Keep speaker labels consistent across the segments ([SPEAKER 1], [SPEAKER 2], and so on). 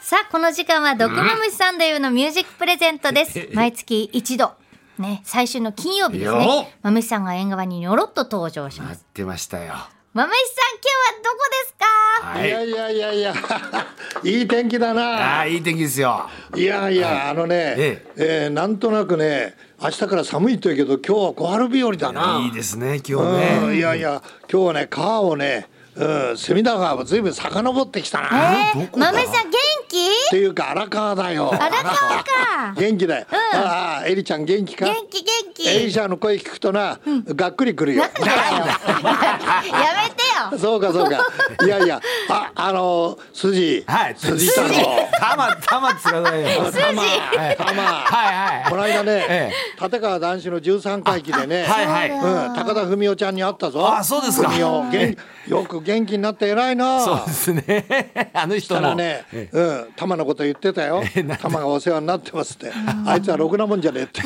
[SPEAKER 1] さあこの時間は「毒マムシサンデー」のミュージックプレゼントです、毎月一度ね最終の金曜日です
[SPEAKER 2] よっ
[SPEAKER 1] ねマムシさんが縁側にニョロっと登場しま
[SPEAKER 2] 待
[SPEAKER 1] す
[SPEAKER 2] ってましたよ。
[SPEAKER 1] マムシさん今日はどこですか
[SPEAKER 2] はいい。
[SPEAKER 3] やいやいやいや いい天気だ
[SPEAKER 2] あ
[SPEAKER 3] な
[SPEAKER 2] あ、いい天気ですよ。
[SPEAKER 3] いやいやあのね、
[SPEAKER 2] え
[SPEAKER 3] えーなんとなくね明日から寒いというけど今日は小春日和だない
[SPEAKER 2] いですね、今
[SPEAKER 3] う
[SPEAKER 2] 日
[SPEAKER 3] ん、
[SPEAKER 2] ね。
[SPEAKER 3] いやいや今日はね川をね、うん、隅田川をずいぶん遡ってきたな、っ
[SPEAKER 1] えー、マムシさん元気
[SPEAKER 3] ていうか荒川だよ
[SPEAKER 1] 荒川か
[SPEAKER 3] 元気だよ、ああエリちゃん元気か
[SPEAKER 1] 元気元気
[SPEAKER 3] エリちゃんの声聞くとな、がっくりくるよ
[SPEAKER 1] なんでだよやめてよ
[SPEAKER 3] そうかそうかいやいやああの筋
[SPEAKER 2] はい。
[SPEAKER 3] 筋太郎
[SPEAKER 2] たま、たま使わないよ。
[SPEAKER 1] 筋
[SPEAKER 2] はいはい
[SPEAKER 3] 玉
[SPEAKER 2] はい。
[SPEAKER 3] この間ね、
[SPEAKER 2] え
[SPEAKER 3] 立川談志の13回忌でね、
[SPEAKER 2] はいはい。
[SPEAKER 3] うん、高田文夫ちゃんに会ったぞ
[SPEAKER 2] あそうですか
[SPEAKER 3] 文夫元よく元気になって偉いな
[SPEAKER 2] そうですね。 あの
[SPEAKER 3] た
[SPEAKER 2] 人
[SPEAKER 3] ら
[SPEAKER 2] も。
[SPEAKER 3] ね、うん、玉のこと言ってたよ。玉がお世話になってますって、あいつはろくなもんじゃねえ って。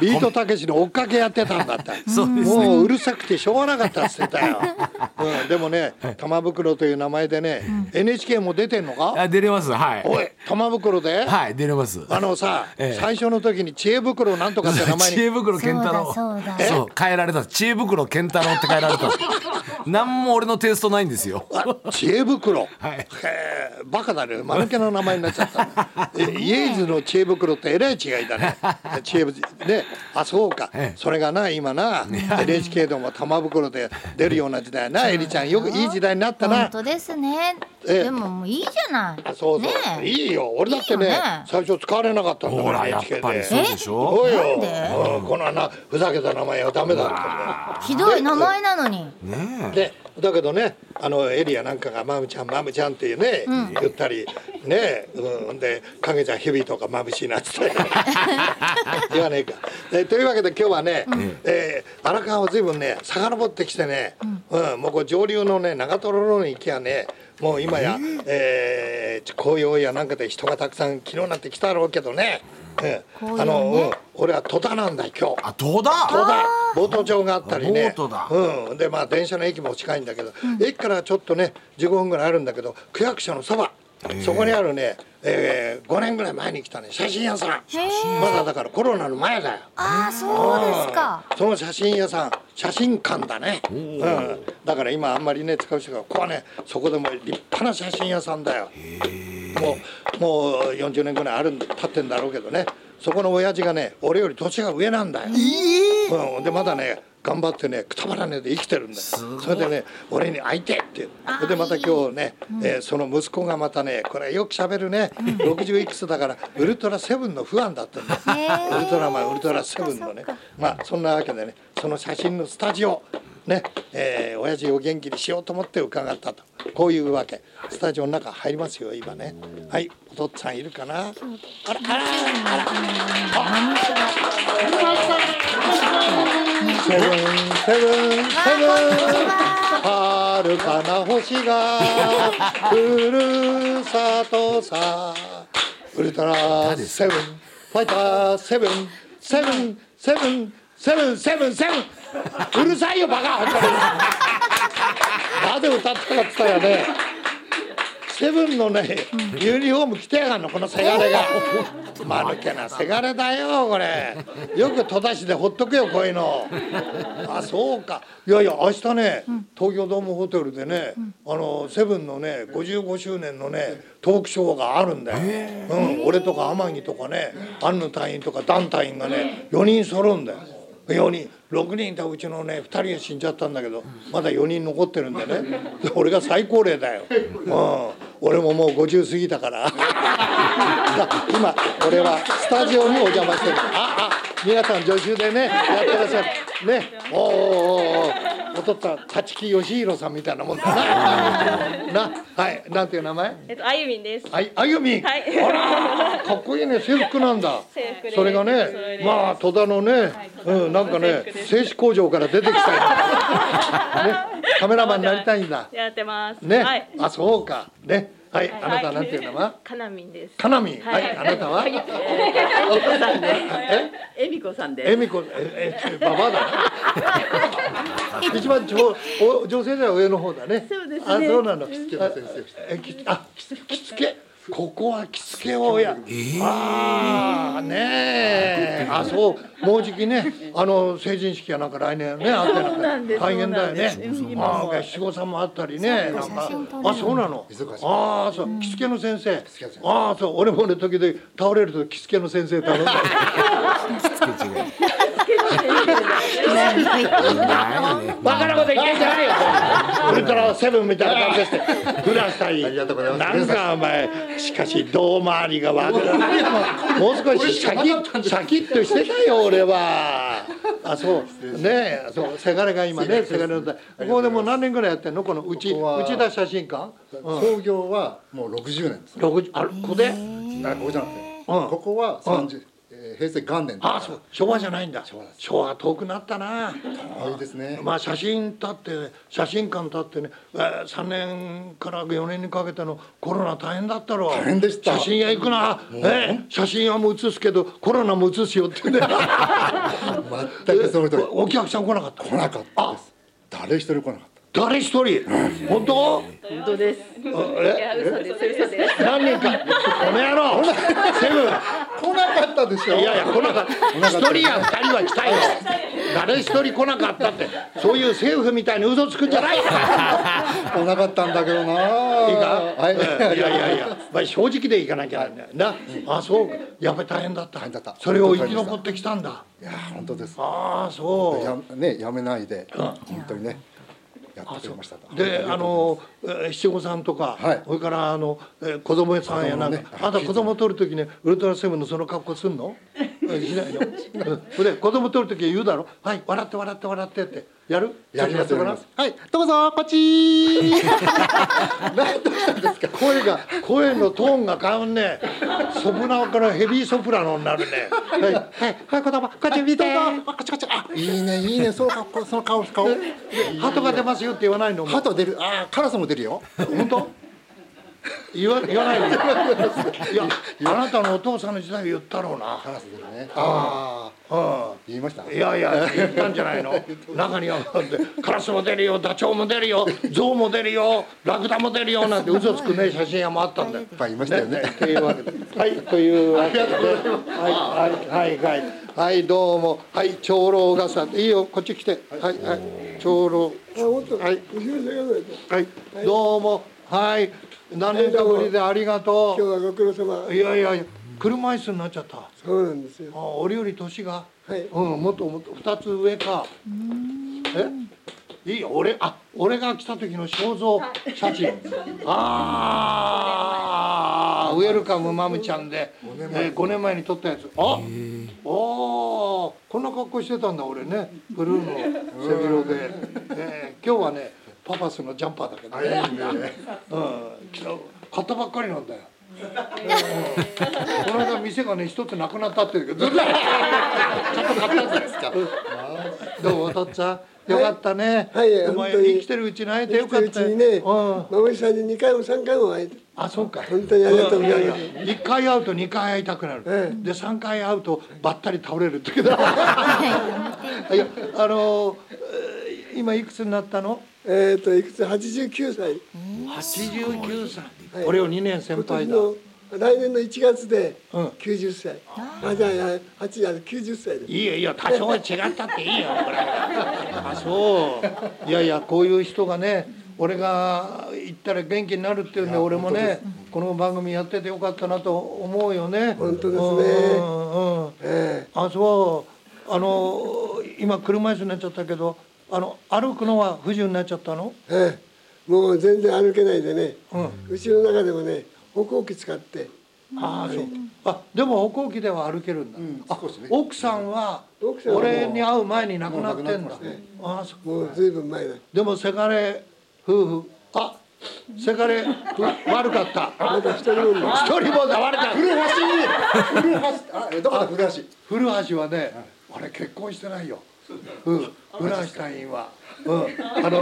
[SPEAKER 3] ビートたけしの追っかけやってたんだって。
[SPEAKER 2] そうですね
[SPEAKER 3] もううるさくてしょうがなかったっつってたよ。 うん、でもね、玉袋という名前でね、NHK も出てんのか。
[SPEAKER 2] あ、出れます。はい。
[SPEAKER 3] おい、玉袋で。
[SPEAKER 2] はい、出れます。
[SPEAKER 3] あのさ、
[SPEAKER 2] ええ
[SPEAKER 3] 最初の時に知恵袋なんとかって名 前
[SPEAKER 2] 知
[SPEAKER 3] に。
[SPEAKER 2] 恵袋健太郎
[SPEAKER 1] そうだそうだ
[SPEAKER 2] そう変えられた知恵袋健太郎って変えられた何も俺のテイストないんですよ
[SPEAKER 3] あ知恵袋。
[SPEAKER 2] はい
[SPEAKER 3] へえバカだね間抜けな名前になっちゃったえイエーズの知恵袋ってえらい違いだね知恵袋ねあそうか、
[SPEAKER 2] ええ
[SPEAKER 3] それがな今な NHK でも玉袋で出るような時代やなえりちゃんよくいい時代になった
[SPEAKER 1] 本
[SPEAKER 3] な
[SPEAKER 1] 当ですね
[SPEAKER 3] ええ
[SPEAKER 1] でももういいじゃない
[SPEAKER 3] そうそう、
[SPEAKER 1] ねえ
[SPEAKER 3] いいよ俺だってね
[SPEAKER 1] いいよね
[SPEAKER 3] 最初使われなかったんだ
[SPEAKER 2] ほらやっ
[SPEAKER 3] NHK
[SPEAKER 2] ぱりそう
[SPEAKER 3] で
[SPEAKER 2] でしょ
[SPEAKER 3] おいよ
[SPEAKER 1] なん
[SPEAKER 3] うんこのなふざけた名前はダメだって
[SPEAKER 1] ひどい名前なのに
[SPEAKER 2] ね
[SPEAKER 3] でだけどねあのエリアなんかが「マムちゃんマムちゃん」っていうね、言ったりねうんで「影ちゃんヘビとかまぶしい な」っつって言わねえかでというわけで今日はね、えー荒川を随分ね遡ってきてね、うんもうこう上流のね長瀞の方に行きゃねもう今や、えー紅葉やなんかで人がたくさん昨日なんて来たろうけどね、うんあ
[SPEAKER 1] 紅葉
[SPEAKER 3] の、
[SPEAKER 1] ね
[SPEAKER 3] うん俺は戸田なんだ今日。
[SPEAKER 2] あどうだ
[SPEAKER 3] そうだボート場があったりね
[SPEAKER 2] ボートだ
[SPEAKER 3] うん、でまあ電車の駅も近いんだけど、駅からちょっとね15分ぐらいあるんだけど区役所のそばそこにあるね、えー、5年ぐらい前に来たね写真屋さん
[SPEAKER 1] へえ
[SPEAKER 3] まだだからコロナの前だよ
[SPEAKER 1] ああそうですか
[SPEAKER 3] その写真屋さん写真館だね、うん、だから今あんまりね使う人がここはねそこでも立派な写真屋さんだよもうもう40年ぐらいあるん経ってんだろうけどねそこの親父がね俺より年が上なんだよ、うん、でまだね頑張ってねくたばらねえで生きてるんだよそれでね俺に会いてえってそれでまた今日ね、えーその息子がまたねこれよくしゃべるね60いくつだからウルトラセブンのファンだったんだよ
[SPEAKER 1] へえ
[SPEAKER 3] ウルトラマンウルトラセブンのねまあそんなわけでねその写真のスタジオねえー、親父を元気にしようと思って伺ったとこういうわけスタジオの中入りますよ今ねはいお父っつぁんいるかなあらあらあらセブンセブンセブン遥かな星がふるさとさウルトラセブンファイターセブンセブンセブンセブンセブンセブンうるさいよ バカなぜ歌ったかっつったらねセブンのね、ユニフォーム着てやがんのこのせがれがまぬけなせがれだよこれよく戸田市でほっとくよこういうのあそうかいやいや明日ね、東京ドームホテルでね、あのセブンのね55周年のねトークショーがあるんだよ、うん、俺とか天城とかね安野隊員とか団隊員がね4人揃うんだよ4人6人いたうちのね2人が死んじゃったんだけどまだ4人残ってるんでね 俺が最高齢だよ、うん、俺ももう50過ぎたから だ今俺はスタジオにお邪魔してるああ皆さん助手でねやってらっしゃるねおおおうおうおうおとった立木義弘さんみたいなもんだな なはいなんていう名前
[SPEAKER 4] えっと、あゆみんです。
[SPEAKER 3] はい、あゆみ、
[SPEAKER 4] はい
[SPEAKER 3] あら、かっこいいね、制服なんだ。
[SPEAKER 4] 制服です
[SPEAKER 3] それが
[SPEAKER 4] それ
[SPEAKER 3] ね、
[SPEAKER 4] です
[SPEAKER 3] まあ、 戸田のね、うん、なんかね、製紙工場から出てきたよ。ね、カメラマンになりたいんだ
[SPEAKER 4] やってます。
[SPEAKER 3] ね、
[SPEAKER 4] はい。
[SPEAKER 3] あそうかねはい、
[SPEAKER 4] い
[SPEAKER 3] あなたなんていう名前
[SPEAKER 4] かなみんです。
[SPEAKER 3] かなみんは
[SPEAKER 4] はい
[SPEAKER 3] いあなたはえ
[SPEAKER 4] えみこさんです。
[SPEAKER 3] えみこええババアだな一番女お女性では上の方だね
[SPEAKER 4] そうですね
[SPEAKER 3] あそうなの着付けの先生えきあき着付けここは着付けをや、ああねえあそうもうじきねあの成人式やなんか来年ねあって
[SPEAKER 4] そうなんです
[SPEAKER 3] 大変だよね
[SPEAKER 4] そうなんです
[SPEAKER 3] ああ七五三もあったりねなんかあそうなの
[SPEAKER 2] 忙しい
[SPEAKER 3] ああそう着付けの先生ああそう俺もね時々倒れると着付けの先生頼んだり
[SPEAKER 2] なんやねん
[SPEAKER 3] バカなこと言ってんじゃないよ。ウルトラセブンみたいな感じでして、フラしたり。
[SPEAKER 2] ありがとうございます
[SPEAKER 3] なんかお前、しかし、胴回りが悪い。もう少しシャキッ、シャキッとしてたよ、俺は。あ、そう、ねえ、そう、せがれが今ね、せがれの代。ここでもう何年ぐらいやってんの、このうち、
[SPEAKER 5] ここは
[SPEAKER 3] うちだ写真館。
[SPEAKER 5] 創業はもう60年ですね。
[SPEAKER 3] 六十、あ、ここで。
[SPEAKER 5] あここじゃなくて、
[SPEAKER 3] うん
[SPEAKER 5] ここは30、えー平成元年
[SPEAKER 3] あ、そう、昭和じゃないんだ。昭和遠くなったな。
[SPEAKER 5] あいいですね。
[SPEAKER 3] まあ写真立って写真館立ってね、えー、3年から4年にかけてのコロナ大変だったろ
[SPEAKER 5] 大変でした
[SPEAKER 3] 写真屋行くな、えー写真屋も写すけどコロナも写すよってね
[SPEAKER 5] 全くその通り。
[SPEAKER 3] お客さん来なかった
[SPEAKER 5] 来なかったです。誰一人来なかっ
[SPEAKER 3] 誰一人本当
[SPEAKER 4] 本当です。いや嘘です嘘です。
[SPEAKER 3] 何人かこの野郎セブ
[SPEAKER 5] た。来なかったでしょ。
[SPEAKER 3] ンいやいや来なかっ
[SPEAKER 5] な
[SPEAKER 3] た一
[SPEAKER 5] かった
[SPEAKER 3] 人や二人は来たよ誰一人来なかったってそういう政府みたいに嘘つくんじゃないよ
[SPEAKER 5] 来なかったんだけどな。
[SPEAKER 3] いいか、
[SPEAKER 5] はい。
[SPEAKER 3] うんいやいやいや、まあ、正直でいかなきゃなんだよな、あそうかやっぱり大変だった
[SPEAKER 5] 大変だった
[SPEAKER 3] それを生き残ってきたんだ
[SPEAKER 5] いや本当です。
[SPEAKER 3] ああそ
[SPEAKER 5] やねやめないで本当にねやってくれました。
[SPEAKER 3] うであのえー七五三とか、
[SPEAKER 5] はい
[SPEAKER 3] それからあのえー子供さんやなんか、
[SPEAKER 5] 子供ね
[SPEAKER 3] あんた子供取る時ねウルトラセブンのその格好すん のうんしないのうんそれで子供取る時言うだろ「はい笑って笑って笑って」ってやる
[SPEAKER 5] やります
[SPEAKER 3] ちょっ
[SPEAKER 5] や
[SPEAKER 3] と
[SPEAKER 5] り
[SPEAKER 3] やっ
[SPEAKER 5] ま
[SPEAKER 3] て
[SPEAKER 5] す
[SPEAKER 3] ご。
[SPEAKER 5] はいどうぞパチー。
[SPEAKER 3] 声が声のトーンが変わんねソプラノからヘビーソプラノになるねはいはいはい子供こっち見て
[SPEAKER 5] あカチカチあいいねいいねその格好その顔顔。
[SPEAKER 3] 鳩が出ますよって言わないのもう
[SPEAKER 5] 鳩出るあカラスも出るよ。
[SPEAKER 3] 本当言わ言わないのいやあなたのお父さんの時代言ったろうな
[SPEAKER 5] カラス出るね。ああ言いました。
[SPEAKER 3] いやいや言ったんじゃないの中にはカラスも出るよダチョウも出るよゾウも出るよラクダも出るよなんて嘘つくね写真屋もあったんだよ
[SPEAKER 5] いっぱいいましたよね。
[SPEAKER 3] というわけで。はい、というわけで。はい、はい、はい、はい、はい、どうも、はい、長老がさ、いいよ、こっち来て、はい、はい、長老。はい、はい、どうも、はい、何年かぶりでありがと
[SPEAKER 6] 今日はご苦労様
[SPEAKER 3] う。いやいやいや、車椅子になっちゃった。あ、
[SPEAKER 6] そうなんですよ
[SPEAKER 3] 俺より年が。
[SPEAKER 6] はい
[SPEAKER 3] うん、もっともっと、二つ上か。え。いいよ、俺、あ、俺が来た時の肖像写真。ああ、ウェルカムマムちゃんで、えー五年前に撮ったやつ。あ、おお、こんな格好してたんだ俺ね、ブルーの背広で、えー今日はね、パパスのジャンパーだけどね。うん、昨日買ったばっかりなんだよ。うんこの間店がね一つなくなったって言うけどちょっと買ったんですかどうもお父っちゃんよかったね、
[SPEAKER 6] はい
[SPEAKER 3] お前
[SPEAKER 6] 本当に
[SPEAKER 3] 生きてるうちに会えて
[SPEAKER 6] 生
[SPEAKER 3] よ
[SPEAKER 6] き
[SPEAKER 3] か
[SPEAKER 6] て
[SPEAKER 3] っ
[SPEAKER 6] るうち
[SPEAKER 3] たよ
[SPEAKER 6] にね
[SPEAKER 3] うん
[SPEAKER 6] 孫さんに2回も3回も会えて
[SPEAKER 3] あそうか
[SPEAKER 6] 本当にありがとうございます
[SPEAKER 3] んやや一回会うと二回会いたくなる、
[SPEAKER 6] ええ
[SPEAKER 3] で三回会うとばったり倒れるってけどいや あのーえー今いくつになったの
[SPEAKER 6] えっ、といくつ89歳
[SPEAKER 3] 89歳、
[SPEAKER 6] はい
[SPEAKER 3] 俺を二年先
[SPEAKER 6] 今
[SPEAKER 3] 輩
[SPEAKER 6] 年
[SPEAKER 3] だ
[SPEAKER 6] の来年の1月で
[SPEAKER 3] うん
[SPEAKER 6] 90歳、あじゃあいや8あの90歳です
[SPEAKER 3] いいよいいよ多少は違ったっていいよこれあそういやいやこういう人がね俺が行ったら元気になるっていうんで俺もねこの番組やっててよかったなと思うよね
[SPEAKER 6] 本当で
[SPEAKER 3] う
[SPEAKER 6] すね
[SPEAKER 3] んうんうん
[SPEAKER 6] え
[SPEAKER 3] あそうあの今車椅子になっちゃったけどあの歩くのは不自由になっちゃったの
[SPEAKER 6] えええもう全然歩けないでね、
[SPEAKER 3] う
[SPEAKER 6] うちの中でもね歩行器使って
[SPEAKER 3] ああそうあでも歩行器では歩けるんだ、あ
[SPEAKER 5] 少しね
[SPEAKER 3] 奥さんは
[SPEAKER 6] 奥さんはもう
[SPEAKER 3] 俺に会う前に亡くなってんだ
[SPEAKER 5] もう亡くなってますね
[SPEAKER 3] ああそう
[SPEAKER 6] もうずいぶん前だ
[SPEAKER 3] でもせがれ夫婦あせがれふ悪かった
[SPEAKER 6] また一人分も
[SPEAKER 3] 一人もだ悪かった
[SPEAKER 5] 古橋古橋あどこだ古橋。
[SPEAKER 3] 古橋はねあれ結婚してないようん、古橋隊員は、うん、あの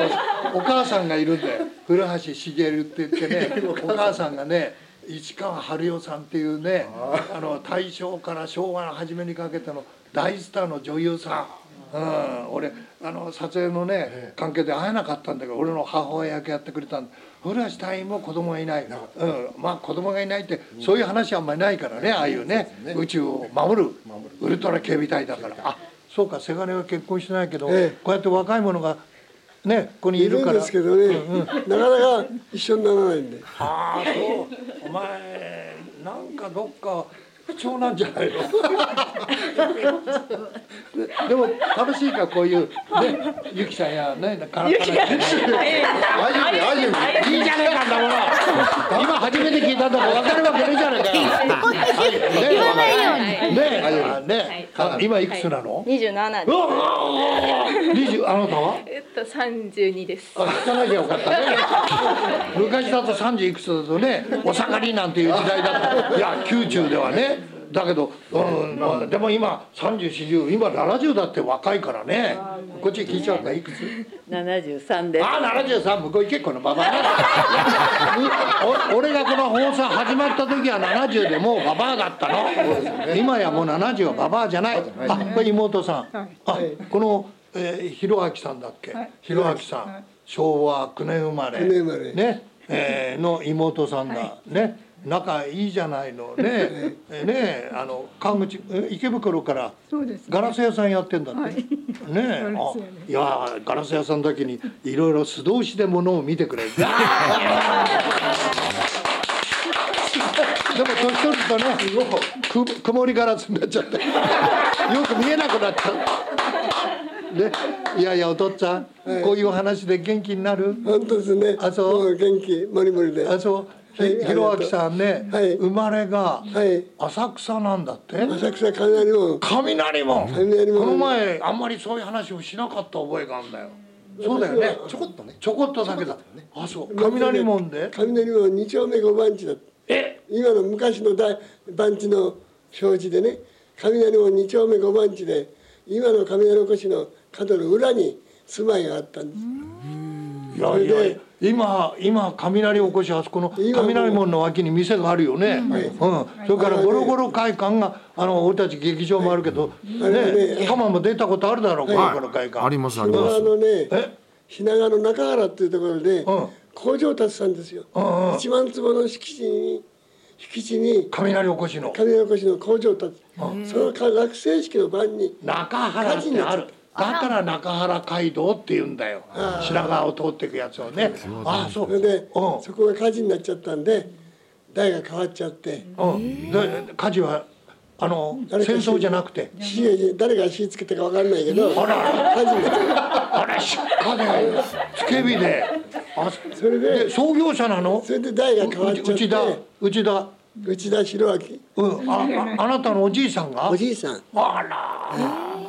[SPEAKER 3] お母さんがいるんだよ古橋茂って言ってね お母さんがね市川春代さんっていうねあの大正から昭和の初めにかけての大スターの女優さん、うん、俺あの撮影のね関係で会えなかったんだけど俺の母親役やってくれたんだ古橋隊員も子供がいない、うん、まあ子供がいないってそういう話はあんまりないからねああいうね宇宙を守るウルトラ警備隊だからあそうか、せがれは結婚してないけど、
[SPEAKER 6] ええ
[SPEAKER 3] こうやって若い者が。ね、ここにい
[SPEAKER 6] い
[SPEAKER 3] る
[SPEAKER 6] る
[SPEAKER 3] から。
[SPEAKER 6] んですけどね、なかなか一緒にならないんで
[SPEAKER 3] ああ、そう。お前、なんかどっか。不調なんじゃないの。 でも、楽しいか、こういう、ね、ゆきさんや、ね、カラカラやね。
[SPEAKER 5] 大丈夫だよ大丈夫だよ
[SPEAKER 3] いいじゃねえか、んだもの。今初めて聞いたんだから、分かるわけねえじゃねえかよ。ね
[SPEAKER 1] 言わないように。
[SPEAKER 3] ね、あね、あ今いくつなの。
[SPEAKER 4] 二十七
[SPEAKER 3] う。わうわうわうわ二十、あなたは。
[SPEAKER 4] えっと三十二です。
[SPEAKER 3] あ聞かなきゃよかったね昔だと30いくつだとねお盛りなんていう時代だといや宮中ではねだけど、うんまあ、でも今3040今70だって若いからねこっち聞いちゃうからいくつ
[SPEAKER 4] 七十三で
[SPEAKER 3] ああ73向こう行けこのババアお俺がこの放送始まった時は70でもうババアだったの今やもう70はババアじゃないあこれ妹さん、あこの、えー、弘明さんだっけ、弘明さん、昭和9年生まれ
[SPEAKER 6] 九年生まれ
[SPEAKER 3] ね、えーの妹さんだ、ね仲いいじゃないのねえーねあの川口えー池袋から
[SPEAKER 7] そうですね
[SPEAKER 3] ガラス屋さんやってんだって、ねえ
[SPEAKER 7] ガラス屋ね
[SPEAKER 3] あいやーガラス屋さんだけにいろいろ素通しで物を見てくれるでも 年取るとねく曇りガラスになっちゃって よく見えなくなっちゃうねいやいやお父っつぁん、こういう話で元気になる
[SPEAKER 6] 本当ですね
[SPEAKER 3] あそう
[SPEAKER 6] も元気もりもりで
[SPEAKER 3] あそう、
[SPEAKER 6] はい
[SPEAKER 3] ひひろあきさんね、
[SPEAKER 6] はい
[SPEAKER 3] 生まれが
[SPEAKER 6] はい
[SPEAKER 3] 浅草なんだって、
[SPEAKER 6] 浅草雷門
[SPEAKER 3] 雷も
[SPEAKER 6] 雷門
[SPEAKER 3] この前あんまりそういう話をしなかった覚えがあるんだよそうだよね
[SPEAKER 5] ちょこっとね
[SPEAKER 3] ちょこっとだけだあそう雷門で
[SPEAKER 6] 雷門二丁目五番地だ
[SPEAKER 3] え
[SPEAKER 6] 今の昔の大番地の表示でね雷門二丁目五番地で今の雷越の角の裏に住まいがあったんです
[SPEAKER 3] いやいやいや今今雷起こしあそこの
[SPEAKER 6] 今もう
[SPEAKER 3] 雷門の脇に店があるよねうん、それからゴロゴロ会館があの俺たち劇場もあるけど、
[SPEAKER 6] はいあれ
[SPEAKER 3] ね
[SPEAKER 6] ね
[SPEAKER 3] タマも出たことあるだろう、
[SPEAKER 2] はい
[SPEAKER 3] ゴロゴロ会館
[SPEAKER 2] ありますあり
[SPEAKER 6] 品
[SPEAKER 2] ま
[SPEAKER 6] 川
[SPEAKER 2] す
[SPEAKER 6] のね
[SPEAKER 3] え
[SPEAKER 6] 品川の中原っていうところで
[SPEAKER 3] うん
[SPEAKER 6] 工場を建てたんですよ
[SPEAKER 3] うんうん
[SPEAKER 6] 1万坪の敷地に敷地に
[SPEAKER 3] 雷起こしの
[SPEAKER 6] 雷越の工場を建てたその学生式の晩に
[SPEAKER 3] 中原ってあるだから中原街道って言うんだよ品川を通っていくやつをねああそ
[SPEAKER 6] それ
[SPEAKER 3] う
[SPEAKER 6] で
[SPEAKER 3] うん
[SPEAKER 6] そこが火事になっちゃったんで代が変わっちゃって
[SPEAKER 3] うん、で火事はあの戦
[SPEAKER 6] 誰か
[SPEAKER 3] 争じゃなくて
[SPEAKER 6] 火が誰が火つけたか分かんないけど火
[SPEAKER 3] あら
[SPEAKER 6] 事になっちゃった
[SPEAKER 3] あれ出荷でつけ火であ
[SPEAKER 6] それで
[SPEAKER 3] 創業者なの
[SPEAKER 6] それで代が変わっちゃ
[SPEAKER 3] う
[SPEAKER 6] って
[SPEAKER 3] ちだうちだ
[SPEAKER 6] 内田博明
[SPEAKER 3] うんあああなたのおじいさんが
[SPEAKER 6] おじいさん
[SPEAKER 3] あら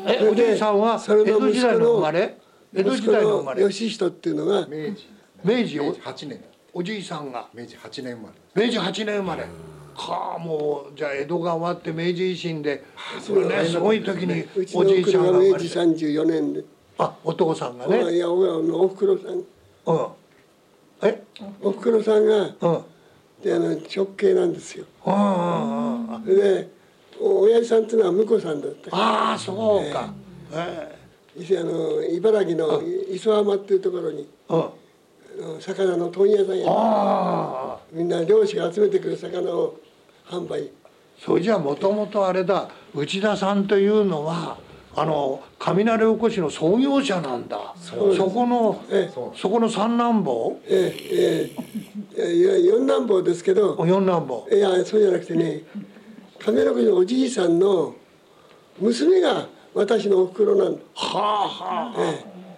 [SPEAKER 3] え
[SPEAKER 6] それ
[SPEAKER 3] お
[SPEAKER 6] で
[SPEAKER 3] じいさんは
[SPEAKER 6] そ
[SPEAKER 3] 江
[SPEAKER 6] れの
[SPEAKER 3] 戸時
[SPEAKER 6] 息子の
[SPEAKER 3] 代の生まれ江戸
[SPEAKER 6] 息
[SPEAKER 3] 時
[SPEAKER 6] 子
[SPEAKER 3] 代の生まれ
[SPEAKER 6] の義人っていうのが
[SPEAKER 5] 明治
[SPEAKER 3] 明治
[SPEAKER 5] 明
[SPEAKER 3] お
[SPEAKER 5] 治八年
[SPEAKER 3] おじいさんが
[SPEAKER 5] 明治八年生まれ
[SPEAKER 3] 明治8年生まれかあもうじゃあ江戸が終わって明治維新でそれねすごい時に
[SPEAKER 6] うちの
[SPEAKER 3] お
[SPEAKER 6] お
[SPEAKER 3] じい
[SPEAKER 6] ふく
[SPEAKER 3] ちゃん
[SPEAKER 6] ろ
[SPEAKER 3] が
[SPEAKER 6] が
[SPEAKER 3] 生ま
[SPEAKER 6] 明
[SPEAKER 3] れ
[SPEAKER 6] 治
[SPEAKER 3] て
[SPEAKER 6] 34年で
[SPEAKER 3] あお父さんが
[SPEAKER 6] お
[SPEAKER 3] ね
[SPEAKER 6] いやおやのおふくろさん
[SPEAKER 3] うんえ
[SPEAKER 6] おふくろさんが
[SPEAKER 3] うんうん
[SPEAKER 6] であの直系なんですよ
[SPEAKER 3] うんうんあ
[SPEAKER 6] それでお親父さんっていうのは婿さんだった
[SPEAKER 3] あそうかえ
[SPEAKER 6] 伊勢あの茨城の磯浜っていうところに
[SPEAKER 3] えうんあ
[SPEAKER 6] あの魚の問屋さんや
[SPEAKER 3] あ
[SPEAKER 6] みんな漁師が集めてくる魚を販売
[SPEAKER 3] それじゃあもともとあれだ内田さんというのはあの雷おこしの創業者なんだそこの
[SPEAKER 6] ええ
[SPEAKER 3] そこの三男坊
[SPEAKER 6] ええええいや四男坊ですけど
[SPEAKER 3] 四男坊
[SPEAKER 6] いやそうじゃなくてね亀六のおじいさんの娘が私のおふくろなんだ
[SPEAKER 3] はあはあ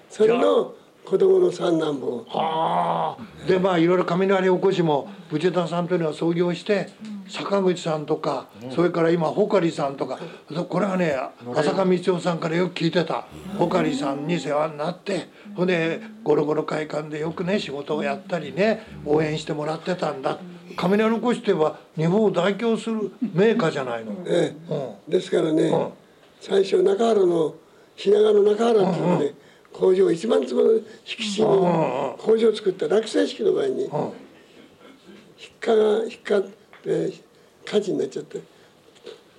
[SPEAKER 6] それの子供の三男坊
[SPEAKER 3] はあでまあいろいろ雷おこしも内田さんというのは創業して坂口さんとか、それから今穂刈さんとかそこれはね浅香光代さんからよく聞いてた穂刈さんに世話になってほんでゴロゴロ会館でよくね仕事をやったりね応援してもらってたんだ雷おこしっていえば日本を代表するメーカーじゃないの。
[SPEAKER 6] ええ
[SPEAKER 3] うん
[SPEAKER 6] ですからね、
[SPEAKER 3] ん
[SPEAKER 6] 最初中原の品川の中原っていうので、工場1万坪の敷地に工場を作った落成式の前に、引っかが引っかって火事になっちゃって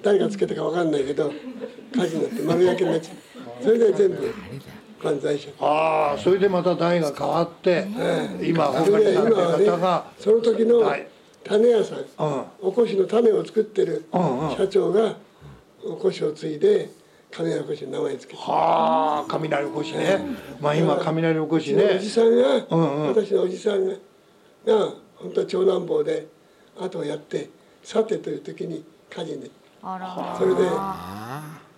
[SPEAKER 6] 誰がつけたかわかんないけど火事になって丸焼けになっちゃってそれで全部犯罪者
[SPEAKER 3] ああそれでまた代が変わって、今本
[SPEAKER 6] そ
[SPEAKER 3] 格
[SPEAKER 6] れで
[SPEAKER 3] 的
[SPEAKER 6] 今
[SPEAKER 3] な
[SPEAKER 6] は
[SPEAKER 3] 方が
[SPEAKER 6] ね、その時の
[SPEAKER 3] はい
[SPEAKER 6] 種屋さん、
[SPEAKER 3] ん
[SPEAKER 6] おこしの種を作ってる社長がおこしを継いで亀屋こしの名前つけた
[SPEAKER 3] はあ雷おこしね、まあ今雷おこ
[SPEAKER 6] うち
[SPEAKER 3] し
[SPEAKER 6] の
[SPEAKER 3] ね
[SPEAKER 6] おじさんが、
[SPEAKER 3] んうん
[SPEAKER 6] 私のおじさんがが本当は長男坊で後をやってさてという時に火事に
[SPEAKER 1] あら
[SPEAKER 6] それで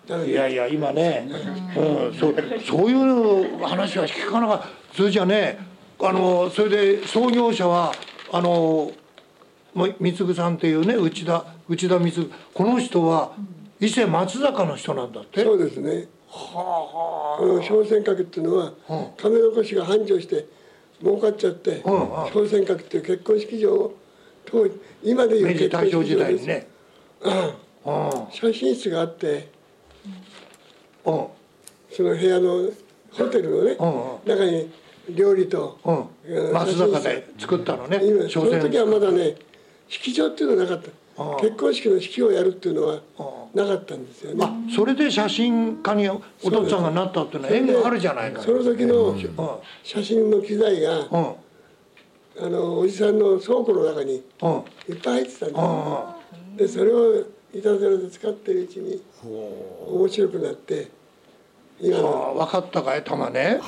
[SPEAKER 6] ダメ
[SPEAKER 3] い
[SPEAKER 6] だ
[SPEAKER 3] やいや今ね、うん、そうそういう話は聞かなかった普通じゃねあのそれで創業者はあのま貢さんっていうね内田内田貢この人は伊勢松坂の人なんだって
[SPEAKER 6] そうですねはあの氷泉閣っていうのは亀の輿が繁盛して儲かっちゃって
[SPEAKER 3] んうん
[SPEAKER 6] 氷泉閣っていう結婚式場を当時今でいう
[SPEAKER 3] 明治
[SPEAKER 6] 結婚
[SPEAKER 3] 大正
[SPEAKER 6] 式
[SPEAKER 3] 時
[SPEAKER 6] 場
[SPEAKER 3] 代
[SPEAKER 6] で
[SPEAKER 3] に
[SPEAKER 6] す、
[SPEAKER 3] ね
[SPEAKER 6] 写真室があって
[SPEAKER 3] うんうん
[SPEAKER 6] その部屋のホテルのね、
[SPEAKER 3] うんうん
[SPEAKER 6] 中に料理と、
[SPEAKER 3] うん、
[SPEAKER 6] うん
[SPEAKER 3] 松坂で作ったのね
[SPEAKER 6] 今そ
[SPEAKER 3] 商
[SPEAKER 6] の時は
[SPEAKER 3] 船
[SPEAKER 6] まだね式場っていうのはなかった、
[SPEAKER 3] うん
[SPEAKER 6] 結婚式の式をやるっていうのはなかったんですよね、
[SPEAKER 3] あそれで写真家にお父さんがなったっていうのは縁があるじゃないか
[SPEAKER 6] その時の
[SPEAKER 3] うん
[SPEAKER 6] 写真の機材が、
[SPEAKER 3] うん
[SPEAKER 6] あのおじさんの倉庫の中に
[SPEAKER 3] うん
[SPEAKER 6] いっぱい入ってたんです
[SPEAKER 3] うんうん
[SPEAKER 6] でそれをいたずらで使ってるうちに面白くなって今の
[SPEAKER 3] あ分かったかい玉ね、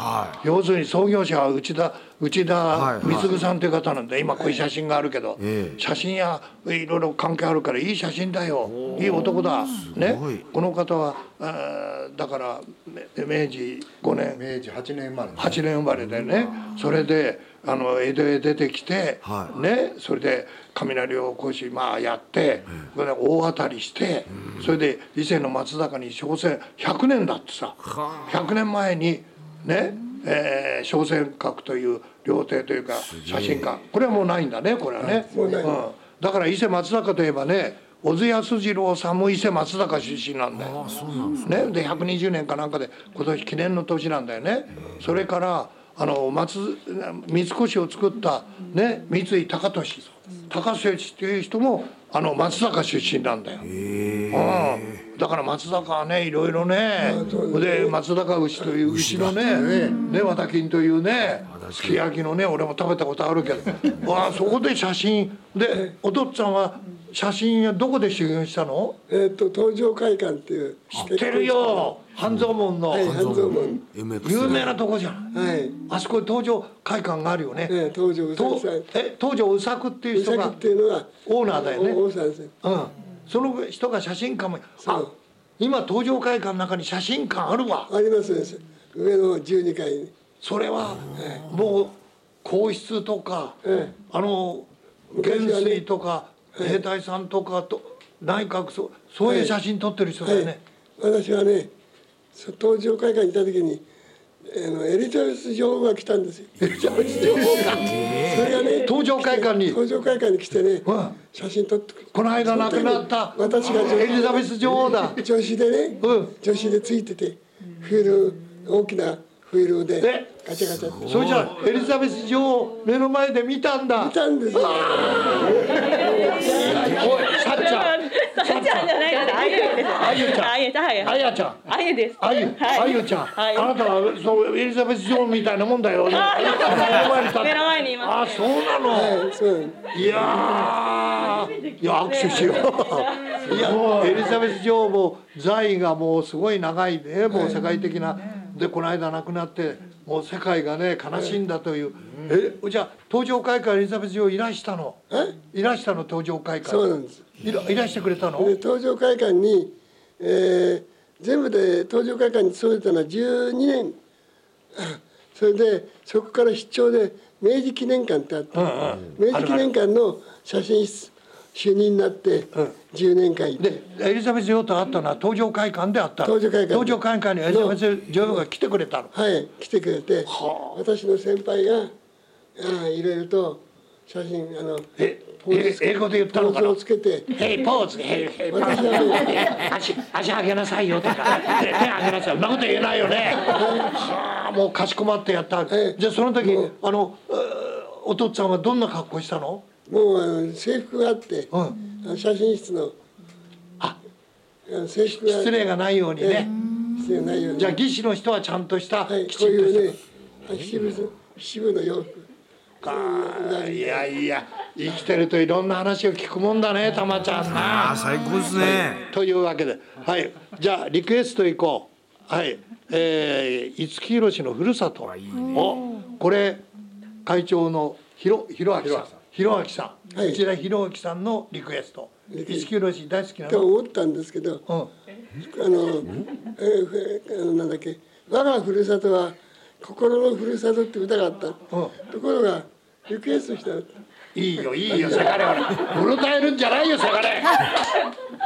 [SPEAKER 3] 要するに創業者は内田内田
[SPEAKER 2] いはい
[SPEAKER 3] 貢さんという方なんで今こういう写真があるけど、
[SPEAKER 2] ええ
[SPEAKER 3] 写真やいろいろ関係あるからいい写真だよいい男だ
[SPEAKER 2] ごい
[SPEAKER 3] ねこの方はあーだからめ明治5年
[SPEAKER 5] 明治8年生まれね
[SPEAKER 3] 8年生まれでねそれであの江戸へ出てきて、
[SPEAKER 2] はい
[SPEAKER 3] ね、それで雷をこしまあやって、それで大当たりして、それで伊勢の松坂に商船100年だってさ100年前にね、えー、商船閣という料亭というか写真館これはもうないんだねこれはね。
[SPEAKER 6] もうない
[SPEAKER 3] うんだから伊勢松坂といえばね小津安二郎さんも伊勢松坂出身なんだよ。ね、で120年かなんかで今年記念の年なんだよね。それからあの松三越を作った、ね、三井高俊高俊っていう人もあの松坂出身なんだよ。うん、だから松坂はねいろいろねで松坂牛という牛のねね和田金というねすき焼きのね俺も食べたことあるけど わあそこで写真でお父っつぁんは写真はどこで修行したの
[SPEAKER 6] えーっと東上会館っていう
[SPEAKER 3] 知ってるよ半蔵門の
[SPEAKER 6] はい半蔵門
[SPEAKER 3] 有名なとこじゃん
[SPEAKER 6] はい、
[SPEAKER 3] あそこに東条会館があるよね
[SPEAKER 6] えー、東上うさぎ
[SPEAKER 3] と
[SPEAKER 6] さん
[SPEAKER 3] え東条うさくっていう
[SPEAKER 6] う
[SPEAKER 3] 人
[SPEAKER 6] さぎ
[SPEAKER 3] が
[SPEAKER 6] っていうのは
[SPEAKER 3] オーナーだよね
[SPEAKER 6] お大沢さん
[SPEAKER 3] うん、その人が写真館も
[SPEAKER 6] そ
[SPEAKER 3] あ
[SPEAKER 6] う
[SPEAKER 3] 今東条会館の中に写真館あるわ
[SPEAKER 6] ありますね上の方12階に
[SPEAKER 3] それはもう皇室とか、
[SPEAKER 6] ええ
[SPEAKER 3] あの
[SPEAKER 6] 昔は
[SPEAKER 3] 元
[SPEAKER 6] ね
[SPEAKER 3] 帥とか兵隊さんとかと内閣そうそういう写真撮ってる人だよね、
[SPEAKER 6] 私はねそ東上会館にいた時にあのエリザベス女王が来たんですよエリザベス女王がそれがね
[SPEAKER 3] 東上会館に
[SPEAKER 6] 東上会館に来てね
[SPEAKER 3] うん
[SPEAKER 6] 写真撮ってくる
[SPEAKER 3] この間亡くなった
[SPEAKER 6] その時に私が
[SPEAKER 3] エリザベス女王だ
[SPEAKER 6] 女子でね、
[SPEAKER 3] うん
[SPEAKER 6] 女子でついててフィル大きなフィルで
[SPEAKER 3] え
[SPEAKER 6] ガチャガチャって
[SPEAKER 3] それじゃあエリザベス女王を目の前で見たんだ
[SPEAKER 6] いたんですよ
[SPEAKER 3] おいさっちゃん
[SPEAKER 4] さっちゃんじゃないです。あゆです。
[SPEAKER 3] あゆちゃん
[SPEAKER 4] あゆだ、あゆ。
[SPEAKER 3] あやちゃん
[SPEAKER 4] あゆです。
[SPEAKER 3] あゆ、
[SPEAKER 4] はい
[SPEAKER 3] あゆちゃん、
[SPEAKER 4] はい
[SPEAKER 3] あなたはそうエリザベス女王みたいなもんだよ。目の前に立って
[SPEAKER 4] 目の前にいま
[SPEAKER 3] あ、そうなの。
[SPEAKER 6] はいそうなんです
[SPEAKER 3] いやーいや握手しよういやエリザベス女王も在位がもうすごい長いねもう世界的なでこの間亡くなってもう世界がね悲しんだというえじゃあ登場会からエリザベス女王いらしたのいらしたの登場会から
[SPEAKER 6] そうなんです
[SPEAKER 3] いらいらしてくれたの
[SPEAKER 6] で東上会館に、えー全部で東上会館に勤めたのは12年 それでそこから出張で明治記念館ってあって、明治記念館の写真室主任になって10年間いて、
[SPEAKER 3] でエリザベス女王と会ったのは登場会館であったの
[SPEAKER 6] 登場会館
[SPEAKER 3] 登場会館にエリザベス女王が来てくれたの
[SPEAKER 6] はい来てくれて、私の先輩がああいろいろと写真あの
[SPEAKER 3] え
[SPEAKER 6] ポーズ
[SPEAKER 3] え英語で言ったのかな
[SPEAKER 6] ポーズをつけて
[SPEAKER 3] ヘイポーズヘイヘイポーズ
[SPEAKER 6] 私はね
[SPEAKER 3] 足足上げなさいよとか手手上げなさいそんなこと言えないよねはあもうかしこまってやった
[SPEAKER 6] ええ
[SPEAKER 3] じゃあその時あのうーお父っつぁんはどんな格好したの
[SPEAKER 6] もうあの制服があって、あの写真室の
[SPEAKER 3] あ
[SPEAKER 6] あの制服が
[SPEAKER 3] 失礼がないようにね
[SPEAKER 6] 失礼ないように
[SPEAKER 3] じゃあ技師の人はちゃんとした
[SPEAKER 6] はい、
[SPEAKER 3] き
[SPEAKER 6] こ
[SPEAKER 3] ち
[SPEAKER 6] うん
[SPEAKER 3] と
[SPEAKER 6] い
[SPEAKER 3] し
[SPEAKER 6] うね七部の七部の洋服
[SPEAKER 3] たあいやいや生きてるといろんな話を聞くもんだねたまちゃんな
[SPEAKER 2] あ最高ですね。
[SPEAKER 3] というわけで、はい、じゃあリクエストいこう。はい、えー、五木ひろしのふるさと。お、これ会長のひろ、ひろあきさん。ひろあきさん、
[SPEAKER 6] はい
[SPEAKER 3] 内田ひろあきさんのリクエスト。五木ひろし大好きな
[SPEAKER 6] と
[SPEAKER 3] の。
[SPEAKER 6] 思ったんですけど、
[SPEAKER 3] う
[SPEAKER 6] あ
[SPEAKER 3] ん、
[SPEAKER 6] の、えーふえーあのなんだっけ我がふるさとは心のふるさとって歌があった、ところがリクエストしたら
[SPEAKER 3] いいよ、いいよ、せがれ、ほら、うろたえるんじゃないよ、せがれ。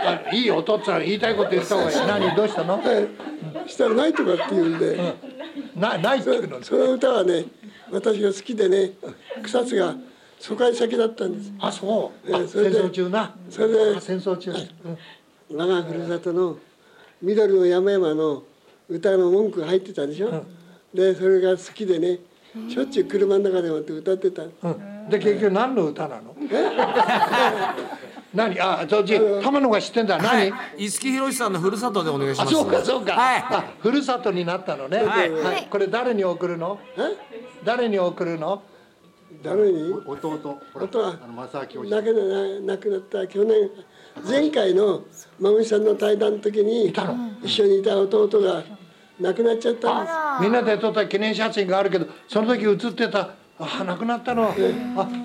[SPEAKER 3] あいいよ、お父っつぁん、言いたいこと言った方がいい。何、どうしたの。
[SPEAKER 6] はいしたらないとかって言うんで、
[SPEAKER 3] な、ないっていうの
[SPEAKER 6] そ。その歌はね私が好きでね草津が疎開先だったんです
[SPEAKER 3] あ、そう。あ
[SPEAKER 6] えーそ
[SPEAKER 3] 戦
[SPEAKER 6] れで
[SPEAKER 3] 争中な。
[SPEAKER 6] それで
[SPEAKER 3] あ戦争中。うん
[SPEAKER 6] 我がふるさとの緑の山々の歌の文句が入ってたでしょ、でそれが好きでねしょっちゅう車の中でもって歌ってた、
[SPEAKER 3] うんで結局何の歌なの？何？あ、当時玉野が知ってんだ。
[SPEAKER 2] は
[SPEAKER 3] 何？
[SPEAKER 2] い。五木ひろしさんの故郷でお願いし
[SPEAKER 3] あ、
[SPEAKER 2] ます。
[SPEAKER 3] そうかそうか。
[SPEAKER 2] はい。
[SPEAKER 3] あ、ふるさとになったのね。
[SPEAKER 2] はい
[SPEAKER 1] はい
[SPEAKER 3] これ誰に送るの？
[SPEAKER 6] え
[SPEAKER 3] 誰に送るの？
[SPEAKER 6] 誰に
[SPEAKER 5] 弟ほら
[SPEAKER 6] 弟は
[SPEAKER 5] あの正明おじさ
[SPEAKER 6] 亡
[SPEAKER 5] ん
[SPEAKER 6] くな亡くなった去年前回の孫さんの対談の時に一緒にいた弟が亡くなっちゃったんで
[SPEAKER 3] み
[SPEAKER 6] す
[SPEAKER 3] んなで撮った記念写真があるけど、その時写ってた。あ、亡くなったの。あ、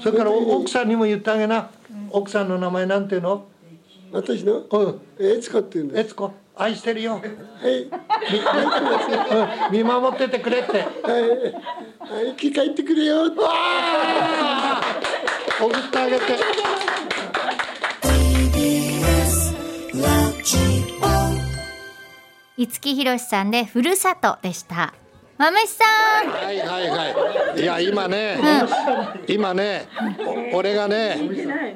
[SPEAKER 3] それからお奥さんにも言ってあげな。奥さんの名前なんていうの？
[SPEAKER 6] 私の
[SPEAKER 3] うん。
[SPEAKER 6] 悦子って言うんで
[SPEAKER 3] 悦
[SPEAKER 6] す
[SPEAKER 3] 子、愛してるよ。
[SPEAKER 6] はい
[SPEAKER 3] みうん見守っててくれって。
[SPEAKER 6] はい生き返ってくれよって
[SPEAKER 3] 送ってあげて。
[SPEAKER 1] 五木ひろしさんでふるさとでした。まむしさん、
[SPEAKER 3] はいはいはい。いや今ね、今ね、お俺がね、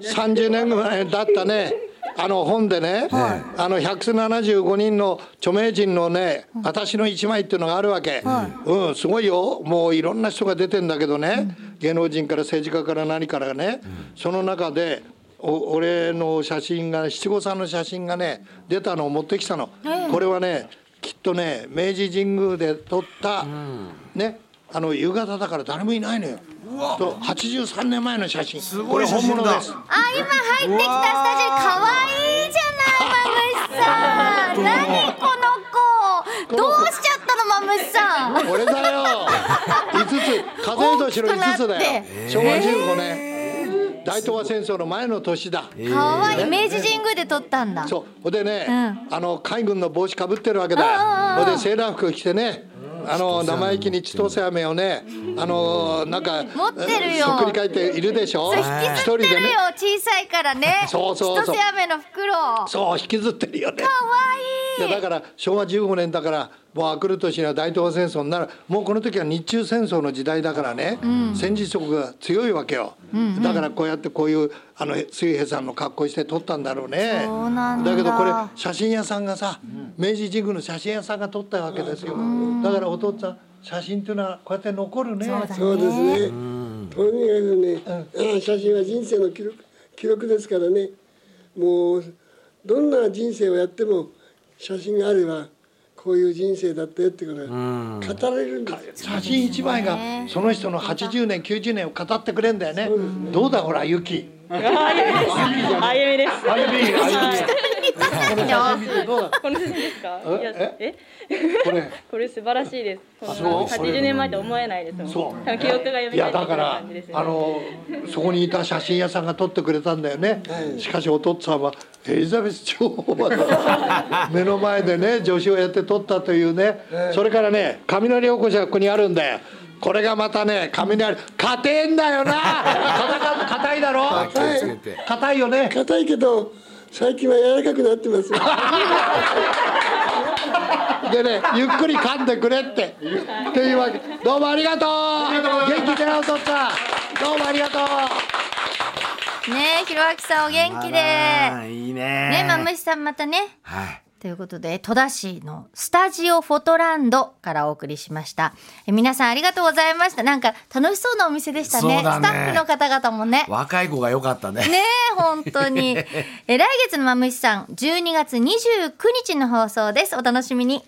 [SPEAKER 3] 三十年ぐらいだったね。あの本でね、あの175人の著名人のね、私の一枚っていうのがあるわけ、うん、すごいよもういろんな人が出てんだけどね、芸能人から政治家から何からね、その中でお俺の写真が七五三の写真がね出たのを持ってきたの、これはねきっとね明治神宮で撮った、ねあの夕方だから誰もいないのよと83年前の写真す
[SPEAKER 2] ごい写真だ
[SPEAKER 3] です
[SPEAKER 1] あ今入ってきたスタジオ可愛いじゃないまむしさん。何この子、どうしちゃったのまむしさん。
[SPEAKER 3] 俺だよ 5つ数え年の5つだ
[SPEAKER 1] 大
[SPEAKER 3] よ
[SPEAKER 1] きく
[SPEAKER 3] 昭和15年大東亜戦争の前の年だ
[SPEAKER 1] 可愛い明治神宮で撮ったんだ。
[SPEAKER 3] そうほんでね、
[SPEAKER 1] う
[SPEAKER 3] あの海軍の帽子かぶってるわけ
[SPEAKER 1] うん
[SPEAKER 3] だ
[SPEAKER 1] うんうん
[SPEAKER 3] ほんでセーラー服着てねあの生意気に千歳飴をねあのなんか
[SPEAKER 1] 持ってるよ
[SPEAKER 3] そっくり返っているでしょ
[SPEAKER 1] それ引きずってるよ、
[SPEAKER 3] 一人でね
[SPEAKER 1] 小さいからね。
[SPEAKER 3] そうそうそう
[SPEAKER 1] 一手飴の袋。可
[SPEAKER 3] そう引きずってるよねい
[SPEAKER 1] 愛
[SPEAKER 3] や
[SPEAKER 1] い
[SPEAKER 3] だから昭和15年だからもうあくる年には大東亜戦争になるもうこの時は日中戦争の時代だからね、戦時色が強いわけよ、だからこうやってこういうあの水平さんの格好して撮ったんだろうね
[SPEAKER 1] そうなんだ
[SPEAKER 3] けどこれ写真屋さんがさ、明治神宮の写真屋さんが撮ったわけですよ、だからお父さん写真っていうのはこうやって残るね
[SPEAKER 1] そうだ
[SPEAKER 6] そうですね。とにかくね、ああ写真は人生の記録記録ですからね。もうどんな人生をやっても写真があればこういう人生だったよってことが語れるんですよ。
[SPEAKER 3] 写真一枚がその人の80年90年を語ってくれんだよねどうだほらゆき
[SPEAKER 4] あゆみです。あゆみです。
[SPEAKER 3] あゆみあゆみ
[SPEAKER 1] よ。
[SPEAKER 3] 見てどうだ
[SPEAKER 4] この写真ですか？いやえ？
[SPEAKER 3] これ
[SPEAKER 4] これ素晴らしいです。こん
[SPEAKER 3] そう
[SPEAKER 4] な八十年前と思えないですもん。
[SPEAKER 3] そう
[SPEAKER 4] 多分記憶が蘇ってく
[SPEAKER 3] い
[SPEAKER 4] る
[SPEAKER 3] やだから
[SPEAKER 4] 感じですね。
[SPEAKER 3] あのそこにいた写真屋さんが撮ってくれたんだよね、しかしお父さんはエリザベス女王は 目の前でね助手をやって撮ったというね、それからね雷おこしがここにあるんだよこれがまたね雷硬えんだよな 硬か硬いだろ
[SPEAKER 2] 気をつけて。
[SPEAKER 3] 硬いよね
[SPEAKER 6] 硬いけど最近は柔らかくなってますよ。
[SPEAKER 3] でねゆっくり噛んでくれってっていうわけどうもありがとう元気でなお父さんどうもありがとう
[SPEAKER 1] ねえ、ひろあきさんお元気で。ね
[SPEAKER 2] いいね
[SPEAKER 1] え、まむしさんまたね。
[SPEAKER 2] はい
[SPEAKER 1] ということで、戸田市のスタジオフォトランドからお送りしました。え皆さんありがとうございました。なんか楽しそうなお店でしたね。
[SPEAKER 2] そうだ
[SPEAKER 1] ス
[SPEAKER 2] ね
[SPEAKER 1] タッフの方々もね。
[SPEAKER 2] 若い子が良かったね
[SPEAKER 1] ねえ、本当に。え来月のまむしさん、12月29日の放送です。お楽しみに。